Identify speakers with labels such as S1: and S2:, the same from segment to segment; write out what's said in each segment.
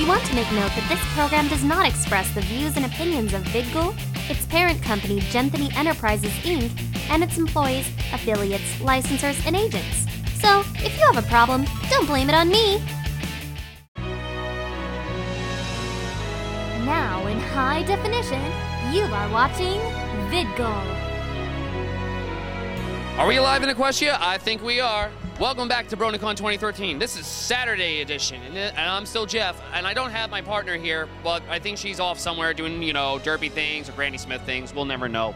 S1: Note that this program does not express the views and opinions of VidGul, its parent company Genthany Enterprises Inc., and its employees, affiliates, licensors, and agents. So, if you have a problem, don't blame it on me. Now, in high definition, you are watching VidGul.
S2: Are we alive in Equestria? I think we are. Welcome back to BronyCon 2013. This is Saturday edition, and uh, and I'm still Jeff, and I don't have my partner here, but I think she's off somewhere doing, you know, derpy things or Granny Smith things. We'll never know.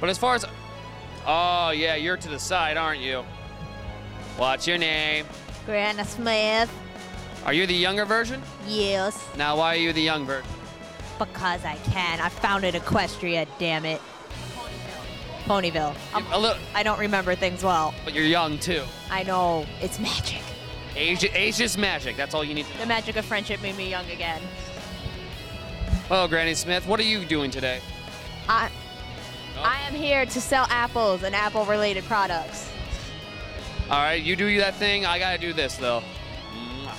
S2: But as far as. Oh, yeah, you're to the side, aren't you? What's your name?
S3: Grandma Smith.
S2: Are you the younger version?
S3: Yes.
S2: Now, why are you the young version?
S3: Because I can. I founded Equestria, damn it. Ponyville. I'm-
S2: A little,
S3: I don't remember things well.
S2: but you're young too.
S3: I know. It's magic.
S2: Age, age is magic. That's all you need to know.
S3: The magic of friendship made me young again.
S2: Well, Granny Smith, what are you doing today?
S3: I,
S2: Oh.
S3: I am here to sell apples and apple related products.
S2: All right, you do that thing. I gotta do this though. Mwah.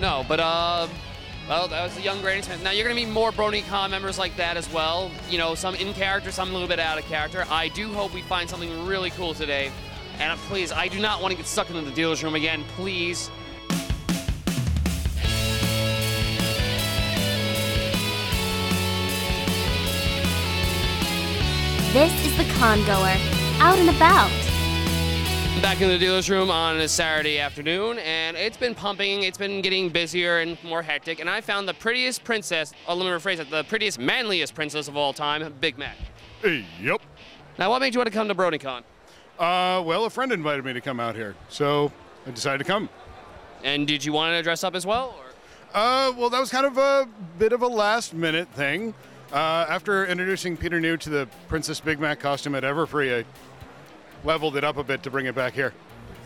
S2: No, but uh, well, that was the young Granny Smith. Now you're gonna meet more BronyCon members like that as well. You know, some in character, some a little bit out of character. I do hope we find something really cool today. And uh, please, I do not want to get stuck into the dealer's room again. Please.
S1: This is the Congoer, out and about.
S2: Back in the dealer's room on a Saturday afternoon, and it's been pumping, it's been getting busier and more hectic, and I found the prettiest princess, oh, let me rephrase it, the prettiest, manliest princess of all time, Big Mac.
S4: Hey, yep.
S2: Now, what made you want to come to BronyCon?
S4: Uh, well, a friend invited me to come out here, so I decided to come.
S2: And did you want to dress up as well? Or?
S4: Uh, well, that was kind of a bit of a last minute thing. Uh, after introducing Peter New to the Princess Big Mac costume at Everfree, I leveled it up a bit to bring it back here.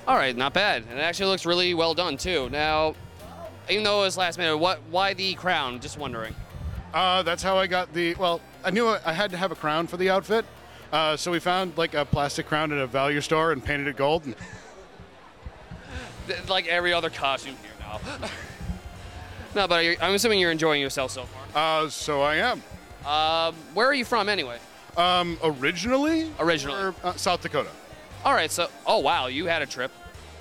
S2: All right, not bad. And it actually looks really well done too. Now, even though it was last minute, what? Why the crown? Just wondering.
S4: Uh, that's how I got the. Well, I knew I I had to have a crown for the outfit, uh, so we found like a plastic crown at a value store and painted it gold. And
S2: Th- Like every other costume here now. no, but you're- I'm assuming you're enjoying yourself so far.
S4: uh, so I am.
S2: Um, where are you from anyway?
S4: Um, originally?
S2: Originally.
S4: Or, uh, South Dakota.
S2: All right, so oh wow, you had a trip.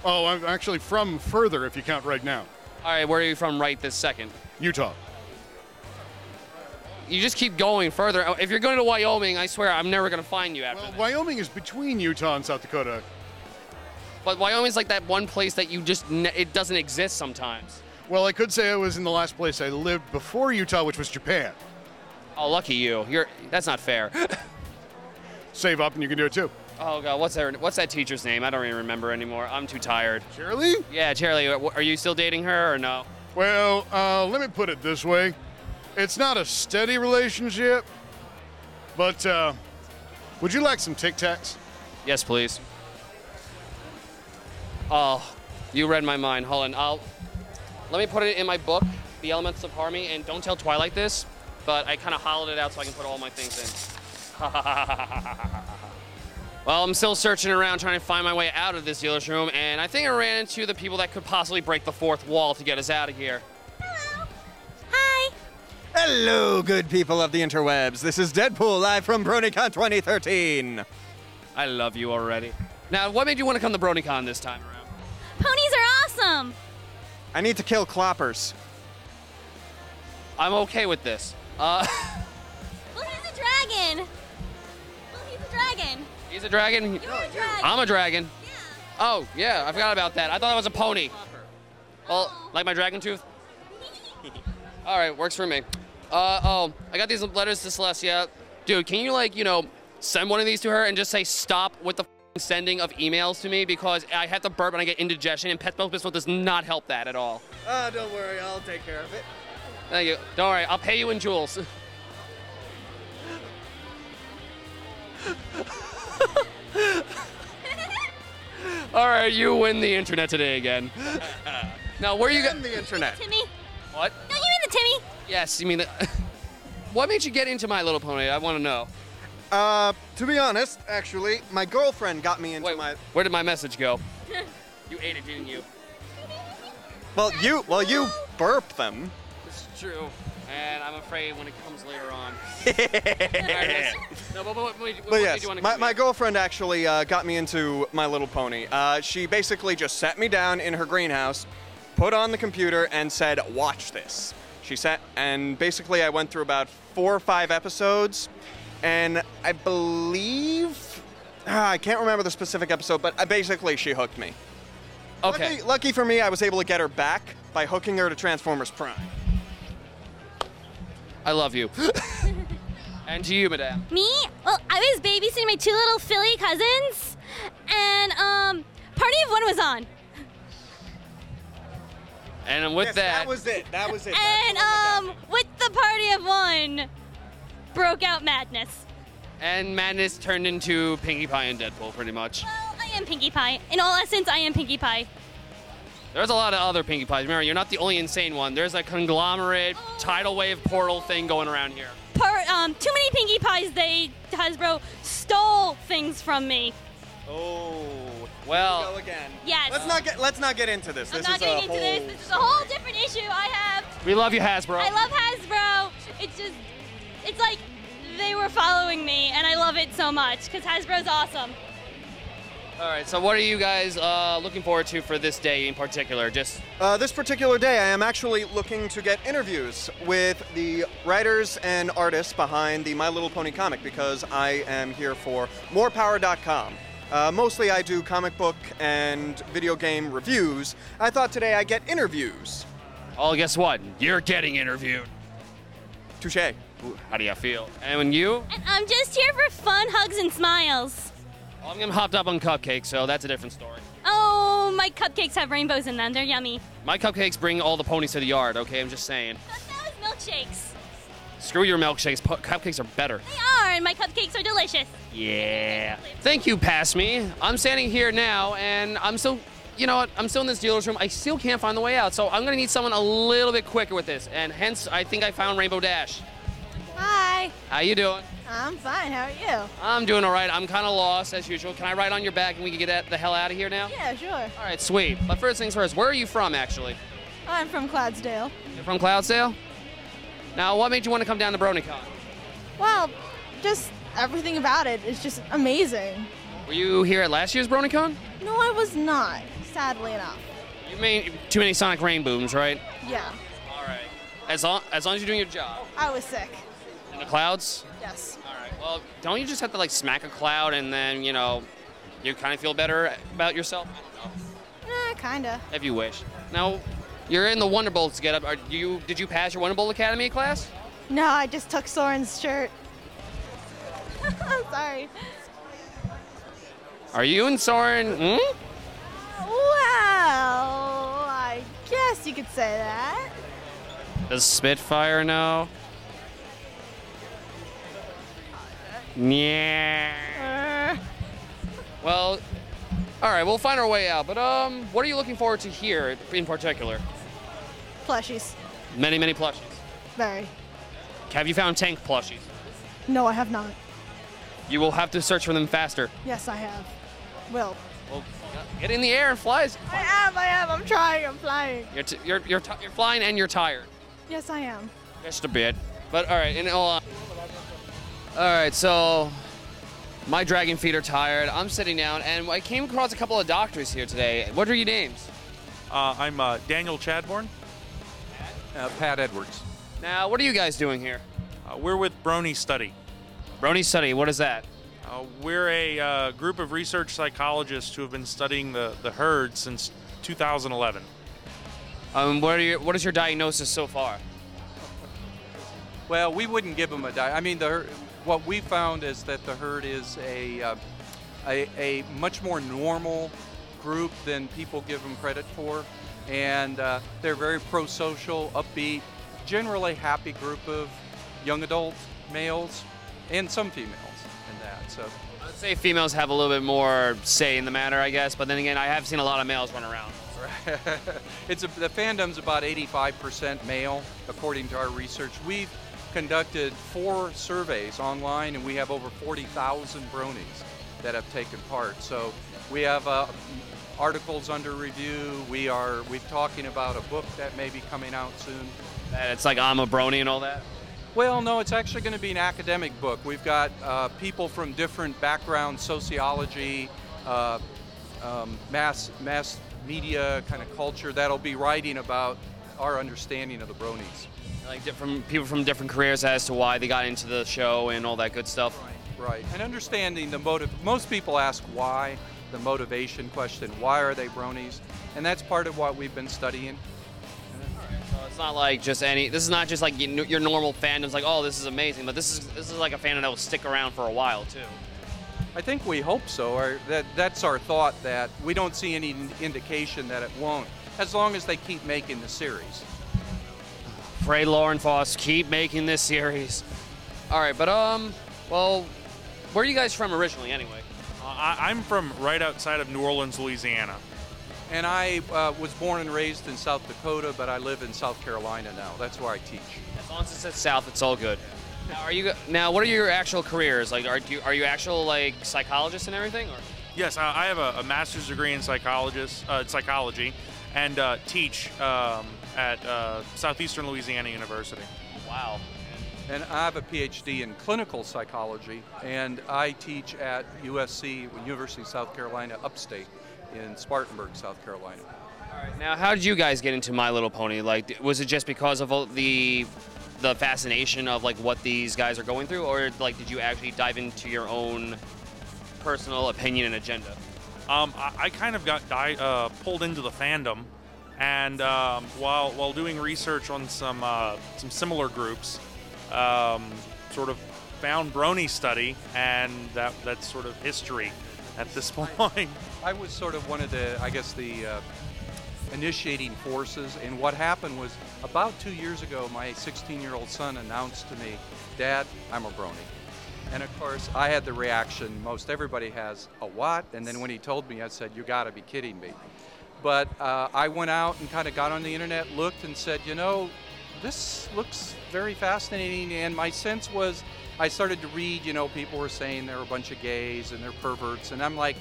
S4: Oh, I'm actually from further if you count right now.
S2: All right, where are you from right this second?
S4: Utah.
S2: You just keep going further. Oh, If you're going to Wyoming, I swear I'm never gonna find you after
S4: Well,
S2: that.
S4: Wyoming is between Utah and South Dakota.
S2: But Wyoming's like that one place that you just ne- it doesn't exist sometimes.
S4: Well, I could say I was in the last place I lived before Utah, which was Japan.
S2: Oh, lucky you. You're that's not fair.
S4: Save up and you can do it too.
S2: Oh god, what's that? What's that teacher's name? I don't even remember anymore. I'm too tired.
S4: Shirley?
S2: Yeah, Charlie, are you still dating her or no?
S4: Well, uh, let me put it this way it's not a steady relationship, but uh, would you like some Tic Tacs?
S2: Yes, please. Oh, you read my mind. Hold on. I'll let me put it in my book, The Elements of Harmony, and don't tell Twilight this, but I kind of hollowed it out so I can put all my things in. well, I'm still searching around trying to find my way out of this dealer's room, and I think I ran into the people that could possibly break the fourth wall to get us out of here.
S1: Hi.
S5: Hello, good people of the interwebs. This is Deadpool live from BronyCon 2013.
S2: I love you already. Now, what made you want to come to BronyCon this time around?
S1: Ponies are awesome.
S5: I need to kill cloppers.
S2: I'm okay with this. Uh,
S1: Well, he's a dragon. Well, he's a dragon.
S2: he's a dragon.
S1: You're a dragon.
S2: I'm a dragon.
S1: yeah.
S2: Oh, yeah, I forgot about that. I thought I was a pony. Well, like my dragon tooth? All right, works for me. Uh, oh, I got these letters to Celestia. Dude, can you, like, you know, send one of these to her and just say stop with the f***ing sending of emails to me because I have to burp and I get indigestion, and Pet Milk Biscuit does not help that at all.
S5: Ah, don't worry, I'll take care of it.
S2: Thank you. Don't worry, I'll pay you in jewels. All right, you win the internet today again. now, where you got
S5: the internet.
S1: Timmy.
S2: what?
S1: Don't you mean the Timmy?
S2: Yes, you mean the. what made you get into My Little Pony? I want to know.
S5: Uh, to be honest, actually, my girlfriend got me into
S2: Wait,
S5: my.
S2: where did my message go? you ate it, didn't you?
S5: Well, you, well, you burp them.
S2: true. And I'm afraid when it comes later on. Alright, yes. No, but, but, but, but,
S5: But
S2: what
S5: yes,
S2: did you wanna
S5: my, my
S2: complete?
S5: girlfriend actually uh, got me into My Little Pony. Uh, she basically just sat me down in her greenhouse, put on the computer, and said, "Watch this." She sat, and basically I went through about four or five episodes, and I believe ah, I can't remember the specific episode, but I, basically she hooked me.
S2: Okay.
S5: Lucky, lucky for me, I was able to get her back by hooking her to Transformers Prime.
S2: I love you. and to you, madame.
S6: Me? Well, I was babysitting my two little Philly cousins, and um, Party of One was on.
S2: And with
S5: Yes,
S2: that,
S5: was it. That Oh was it.
S6: And um, with the Party of One, broke out madness.
S2: and madness turned into Pinkie Pie and Deadpool, pretty much.
S6: Well, I am Pinkie Pie. In all essence, I am Pinkie Pie.
S2: There's a lot of other Pinkie Pies. Remember, you're not the only insane one. There's a conglomerate tidal wave portal thing going around here.
S6: Par- um, too many Pinkie Pies. They Hasbro stole things from me.
S5: Oh.
S2: Well,
S5: again.
S6: Yes.
S5: Let's not get let's not get into this.
S6: I'm
S5: this
S6: not
S5: is a
S6: getting into
S5: whole
S6: this. This is a whole different issue I have.
S2: we love you, Hasbro.
S6: I love Hasbro. It's just, it's like they were following me, and I love it so much because Hasbro's awesome.
S2: All right, so what are you guys uh, looking forward to for this day in particular? Just
S5: Uh, this particular day, I am actually looking to get interviews with the writers and artists behind the My Little Pony comic because I am here for morepower.com. Uh, mostly, I do comic book and video game reviews. I thought today I get interviews.
S2: oh, guess what? You're getting interviewed.
S5: Touche.
S2: Ooh, How do you feel? And when you?
S6: And I'm just here for fun hugs and smiles.
S2: Well, I'm getting hopped up on cupcakes, so that's a different story.
S6: Oh, my cupcakes have rainbows in them. They're yummy.
S2: My cupcakes bring all the ponies to the yard. Okay, I'm just saying.
S6: But that was milkshakes.
S2: Screw your milkshakes. Pu- cupcakes are better.
S6: They are, and my cupcakes are delicious.
S2: Yeah. Thank you, pass me. I'm standing here now, and I'm still, you know what? I'm still in this dealer's room. I still can't find the way out, so I'm gonna need someone a little bit quicker with this. And hence, I think I found Rainbow Dash.
S7: Hi,
S2: How you doing?
S7: I'm fine. How are
S2: I'm doing all right. I'm kind of lost as usual. Can I ride on your back and we can get at- the hell out of here now?
S7: you? Yeah, sure.
S2: All right, sweet. But first things first, where are you from actually?
S7: I'm from Clodsdale.
S2: You're from Cloudsdale. Now, what made you want to come down to BronyCon?
S7: Well, just everything about it is just amazing.
S2: Were you here at last year's BronyCon?
S7: No, I was not, sadly enough.
S2: You made too many Sonic Rain booms, right?
S7: Yeah,
S2: All right. As long as, long as you're doing your job
S7: I was sick.
S2: in the clouds.
S7: Yes.
S2: All right. Well, don't you just have to like smack a cloud and then you know you kind of feel better about yourself? I don't know.
S7: Eh, kinda.
S2: If you wish. Now, you're in the Wonder Bolts get up. Are you? Did you pass your Wonder Bolt Academy class?
S7: No, I just took Soren's shirt. Sorry.
S2: Are you and Soren? Hmm?
S7: Well, I guess you could say that.
S2: Does Spitfire know? Yeah. Well, all right, we'll find our way out. But um, what are you looking forward to here in particular?
S7: Plushies.
S2: Many, many plushies.
S7: Very.
S2: Have you found tank plushies?
S7: No, I have not.
S2: You will have to search for them faster.
S7: Yes, I have. Will.
S2: Well, get in the air and flies.
S7: I am, I am. I'm trying, I'm flying.
S2: You're, t- you're, you're, t- you're flying and you're tired.
S7: Yes, I am.
S2: Just a bit. But all right, and all. All right, so my dragon feet are tired. I'm sitting down, and I came across a couple of doctors here today. What are your names?
S8: Uh, I'm uh, Daniel Chadbourne. Uh, Pat Edwards.
S2: Now, what are you guys doing here?
S8: Uh, we're with Brony Study.
S2: Brony study. What is that?
S8: Uh, we're a uh, group of research psychologists who have been studying the, the herd since 2011.
S2: Um, what are your, what is your diagnosis so far?
S9: Well, we wouldn't give them a diet. I mean, the her- what we found is that the herd is a, uh, a a much more normal group than people give them credit for, and uh, they're very pro-social, upbeat, generally happy group of young adult males and some females in that. So,
S2: I'd say females have a little bit more say in the matter, I guess. But then again, I have seen a lot of males run around.
S9: it's a, the fandom's about 85% male, according to our research. We've conducted four surveys online, and we have over 40,000 bronies that have taken part. So we have uh, articles under review. We are we've talking about a book that may be coming out soon.
S2: And it's like I'm a brony and all that.
S9: Well, no, it's actually going to be an academic book. We've got uh, people from different backgrounds, sociology, uh, um, mass, mass media kind of culture that'll be writing about our understanding of the bronies.
S2: Like different people from different careers as to why they got into the show and all that good stuff.
S9: Right. And understanding the motive. Most people ask why, the motivation question, why are they bronies? And that's part of what we've been studying.
S2: So it's not like just any. This is not just like your your normal fandoms. Like, oh, this is amazing, but this is this is like a fandom that will stick around for a while too.
S9: I think we hope so. Or that that's our thought that we don't see any indication that it won't, as long as they keep making the series.
S2: Pray Lauren Foss keep making this series. All right, but um, well, where are you guys from originally, anyway?
S8: Uh, I, I'm from right outside of New Orleans, Louisiana.
S9: And I uh, was born and raised in South Dakota, but I live in South Carolina now. That's where I teach.
S2: As long as it says South, it's all good. Now, are you now? What are your actual careers? Like, are you are you actual like psychologists and everything? Or?
S8: Yes, I, I have a, a master's degree in psychologist, uh, psychology, and uh, teach um, at uh, Southeastern Louisiana University.
S2: Wow.
S9: And I have a PhD in clinical psychology, and I teach at USC, University of South Carolina, upstate in Spartanburg, South Carolina.
S2: All right. Now, how did you guys get into My Little Pony? Like, was it just because of all the the fascination of like what these guys are going through, or like did you actually dive into your own personal opinion and agenda?
S8: Um, I, I kind of got di- uh, pulled into the fandom, and um, while while doing research on some uh, some similar groups, um, sort of found Brony study, and that that's sort of history at this point.
S9: I was sort of one of the, I guess, the uh, initiating forces. And what happened was about two years ago, my 16 year old son announced to me, Dad, I'm a brony. And of course, I had the reaction most everybody has a what? And then when he told me, I said, You gotta be kidding me. But uh, I went out and kind of got on the internet, looked, and said, You know, this looks very fascinating. And my sense was, I started to read, you know, people were saying they're a bunch of gays and they're perverts. And I'm like,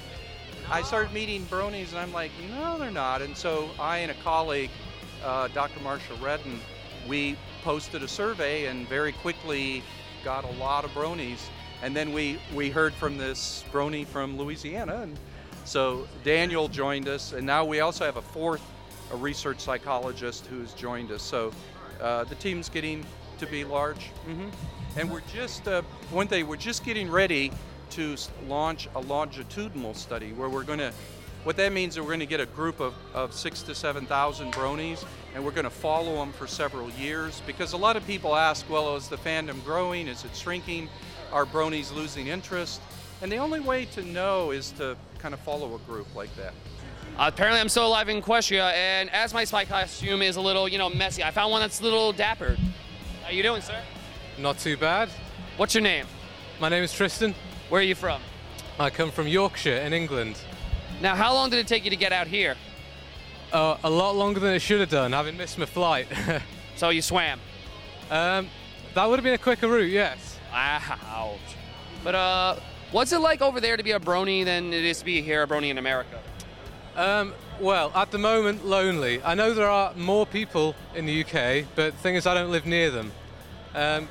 S9: I started meeting bronies and I'm like, no, they're not. And so I and a colleague, uh, Dr. Marsha Redden, we posted a survey and very quickly got a lot of bronies. And then we, we heard from this brony from Louisiana. And so Daniel joined us. And now we also have a fourth a research psychologist who's joined us. So uh, the team's getting to be large. hmm and we're just, uh, one thing, we're just getting ready to s- launch a longitudinal study where we're going to, what that means is we're going to get a group of, of six to 7,000 bronies and we're going to follow them for several years because a lot of people ask, well, is the fandom growing? Is it shrinking? Are bronies losing interest? And the only way to know is to kind of follow a group like that.
S2: apparently, I'm still alive in Equestria, and as my spy costume is a little, you know, messy, I found one that's a little dapper. How you doing, sir?
S10: Not too bad.
S2: What's your name?
S10: My name is Tristan.
S2: Where are you from?
S10: I come from Yorkshire in England.
S2: Now, how long did it take you to get out here?
S10: Uh, a lot longer than it should have done, having missed my flight.
S2: So you swam.
S10: um, that would have been a quicker route, yes.
S2: Wow. Ah, But uh, what's it like over there to be a brony than it is to be here a brony in America?
S10: Um, well, at the moment, lonely. I know there are more people in the UK, but the thing is, I don't live near them. Um,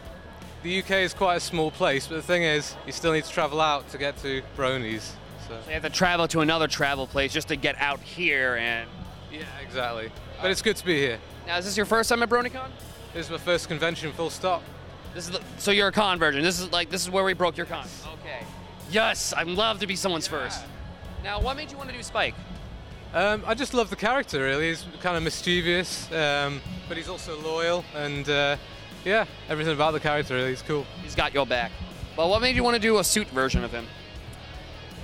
S10: the UK is quite a small place, but the thing is, you still need to travel out to get to Bronies. So,
S2: They have to travel to another travel place just to get out here. And
S10: yeah, exactly. But it's good to be here.
S2: now, is this your first time at BronyCon?
S10: This is my first convention, full stop.
S2: This is the, so you're a con virgin. This is like this is where we broke your con. Okay. Yes, I'd love to be someone's first. Now, what made you want to do Spike?
S10: Um, I just love the character, really. He's kind of mischievous, um, but he's also loyal, and uh, yeah, everything about the character really is cool.
S2: He's got your back. But what made you want to do a suit version of him?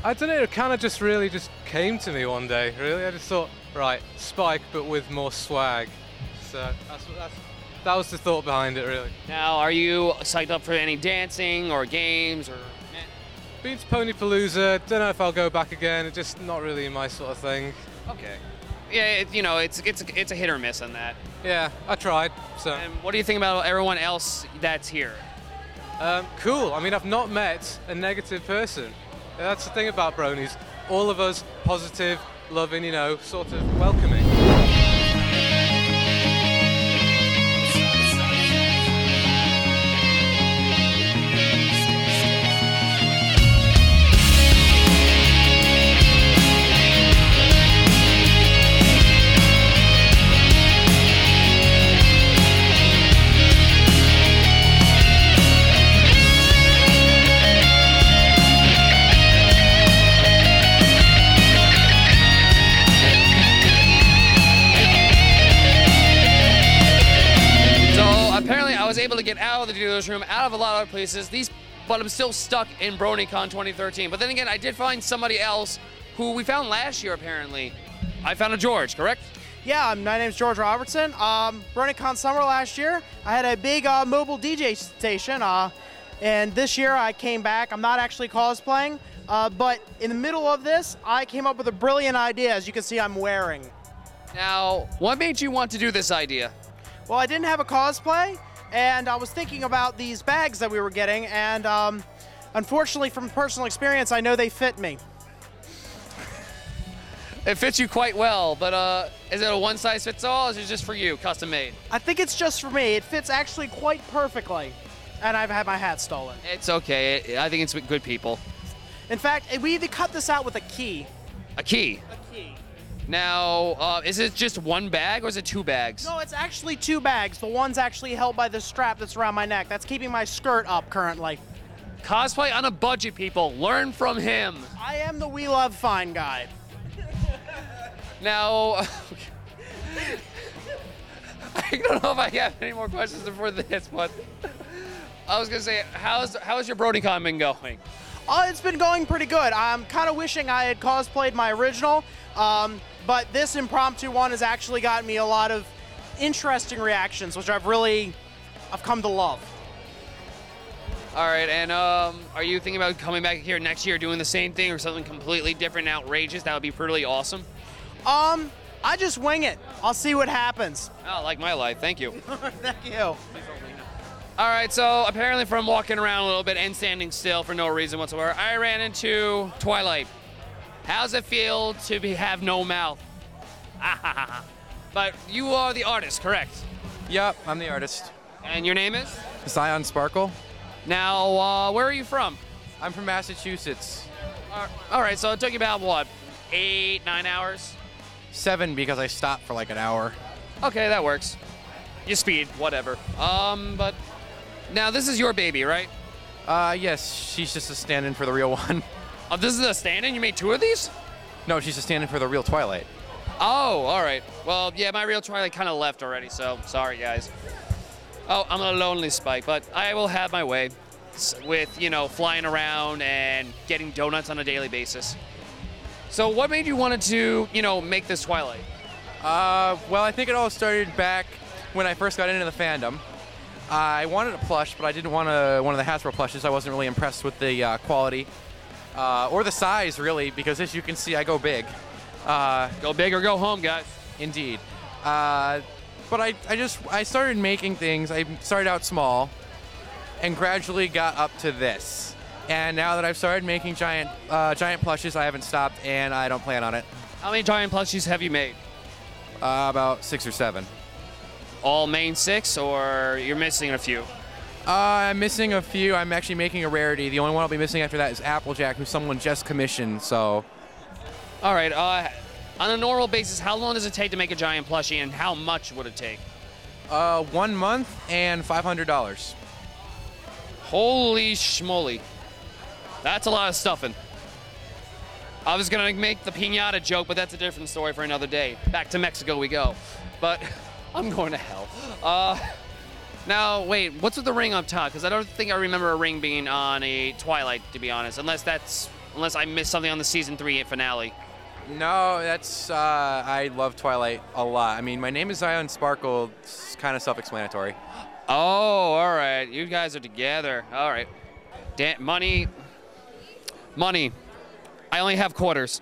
S10: I don't know, it kind of just really just came to me one day, really. I just thought, right, Spike, but with more swag. So that's, that's, that was the thought behind it, really.
S2: Now, are you psyched up for any dancing or games or? eh,
S10: Been to Ponypalooza, don't know if I'll go back again, it's just not really my sort of thing.
S2: Okay. Yeah, it, you know, it's it's it's a hit or miss on that.
S10: Yeah, I tried, so.
S2: And what do you think about everyone else that's here?
S10: Um, cool. I mean, I've not met a negative person. Yeah, That's the thing about bronies. All of us positive, loving, you know, sort of welcoming.
S1: Thanks.
S2: this room, out of a lot of other places. These, but I'm still stuck in BronyCon 2013. But then again, I did find somebody else who we found last year apparently. I found a George, correct?
S11: Yeah, um, my name's George Robertson. Um, BronyCon summer last year, I had a big uh, mobile DJ station, uh, and this year I came back. I'm not actually cosplaying, uh, but in the middle of this, I came up with a brilliant idea. As you can see, I'm wearing.
S2: Now, what made you want to do this idea?
S11: Well, I didn't have a cosplay, and I was thinking about these bags that we were getting, and um, unfortunately, from personal experience, I know they fit me.
S2: It fits you quite well, but uh, is it a one size fits all? Or is it just for you, custom made?
S11: I think it's just for me. It fits actually quite perfectly, and I've had my hat stolen.
S2: It's okay. I think it's with good people.
S11: In fact, we even cut this out with a key.
S2: A key.
S11: A key.
S2: Now, uh, is it just one bag or is it two bags?
S11: No, it's actually two bags. The one's actually held by the strap that's around my neck. That's keeping my skirt up currently.
S2: Cosplay on a budget, people. Learn from him.
S11: I am the We Love Fine guy.
S2: Now, I don't know if I have any more questions before this, but I was gonna say, how's how's your BrodyCon been going?
S11: Oh, it's been going pretty good. I'm kind of wishing I had cosplayed my original, um, but this impromptu one has actually gotten me a lot of interesting reactions, which I've really, I've come to love.
S2: All right, and um, are you thinking about coming back here next year, doing the same thing, or something completely different, and outrageous? That would be pretty awesome.
S11: Um, I just wing it. I'll see what happens.
S2: Oh, like my life. Thank you.
S11: Thank you.
S2: All right, so apparently from walking around a little bit and standing still for no reason whatsoever, I ran into Twilight. How's it feel to be have no mouth? but you are the artist, correct?
S12: Yep, I'm the artist.
S2: And your name is?
S12: Zion Sparkle.
S2: Now, uh, where are you from?
S12: I'm from Massachusetts.
S2: All right, so it took you about what, eight, nine hours?
S12: Seven because I stopped for like an hour.
S2: Okay, that works. You speed, whatever. Um, but now this is your baby, right?
S12: Uh, yes, she's just a stand-in for the real one.
S2: Oh, this is a stand-in. You made two of these?
S12: No, she's a stand-in for the real Twilight.
S2: Oh, all right. Well, yeah, my real Twilight kind of left already, so sorry, guys. Oh, I'm a lonely Spike, but I will have my way s- with you know flying around and getting donuts on a daily basis. So, what made you want to you know make this Twilight?
S12: Uh, well, I think it all started back when I first got into the fandom. I wanted a plush, but I didn't want a, one of the Hasbro plushes. I wasn't really impressed with the uh, quality uh, or the size, really, because as you can see, I go big. Uh,
S2: go big or go home, guys.
S12: Indeed. Uh, but I, I just I started making things. I started out small, and gradually got up to this. And now that I've started making giant uh, giant plushes, I haven't stopped, and I don't plan on it.
S2: How many giant plushies have you made?
S12: Uh, about six or seven.
S2: All main six, or you're missing a few?
S12: Uh, I'm missing a few. I'm actually making a rarity. The only one I'll be missing after that is Applejack, who someone just commissioned. So,
S2: All right. Uh, on a normal basis, how long does it take to make a giant plushie, and how much would it take?
S12: uh, one month and five hundred dollars.
S2: Holy schmoly. That's a lot of stuffing. I was going to make the pinata joke, but that's a different story for another day. Back to Mexico we go. But I'm going to hell. Uh, now, wait, what's with the ring up top? Because I don't think I remember a ring being on a Twilight, to be honest, unless that's. Unless I missed something on the season three finale.
S12: No, that's uh, I love Twilight a lot. I mean, my name is Zion Sparkle. It's kind of self-explanatory.
S2: Oh, all right. You guys are together. All right. Dan- money. Money. I only have quarters.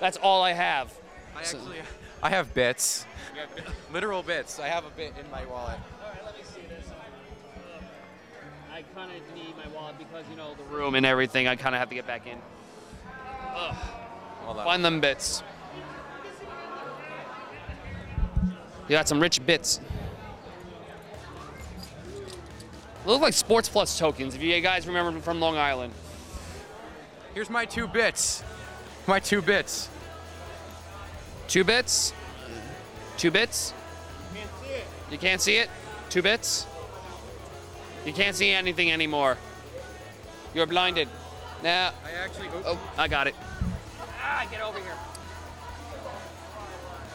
S2: That's all I have.
S12: I actually, I have bits. Literal bits. I have a bit in my wallet.
S2: I kind of need my wallet because you know the room and everything. I kind of have to get back in. Ugh.
S12: Hold on.
S2: Find them bits. You got some rich bits. Look like Sports Plus tokens. If you guys remember from Long Island.
S12: Here's my two bits. My two bits.
S2: Two bits. Two bits. You can't see it. Two bits. You can't see anything anymore. You're blinded. Now. I
S12: actually.
S2: Oh, I got it.
S12: Ah, get over here.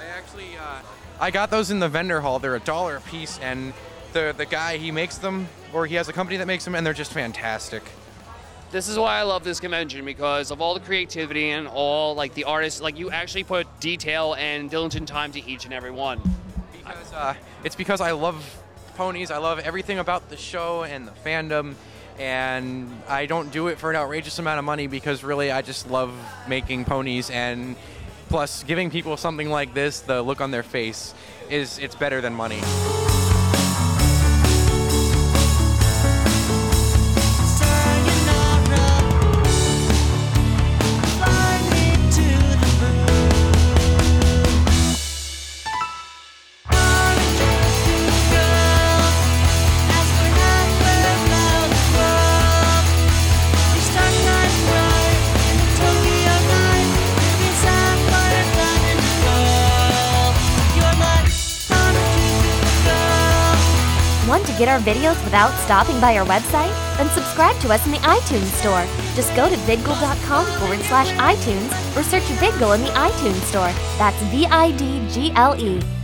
S12: I actually. Uh, I got those in the vendor hall. They're a dollar a piece, and the the guy he makes them, or he has a company that makes them, and they're just fantastic.
S2: this is why I love this convention because of all the creativity and all like the artists. Like you actually put detail and diligent time to each and every one.
S12: Because uh, it's because I love ponies. I love everything about the show and the fandom, and I don't do it for an outrageous amount of money because really I just love making ponies and plus giving people something like this. The look on their face is it's better than money.
S1: Want to get our videos without stopping by our website? Then subscribe to us in the iTunes store. Just go to vidgul.com forward slash iTunes or search Vidgul in the iTunes store. That's V I D G L E.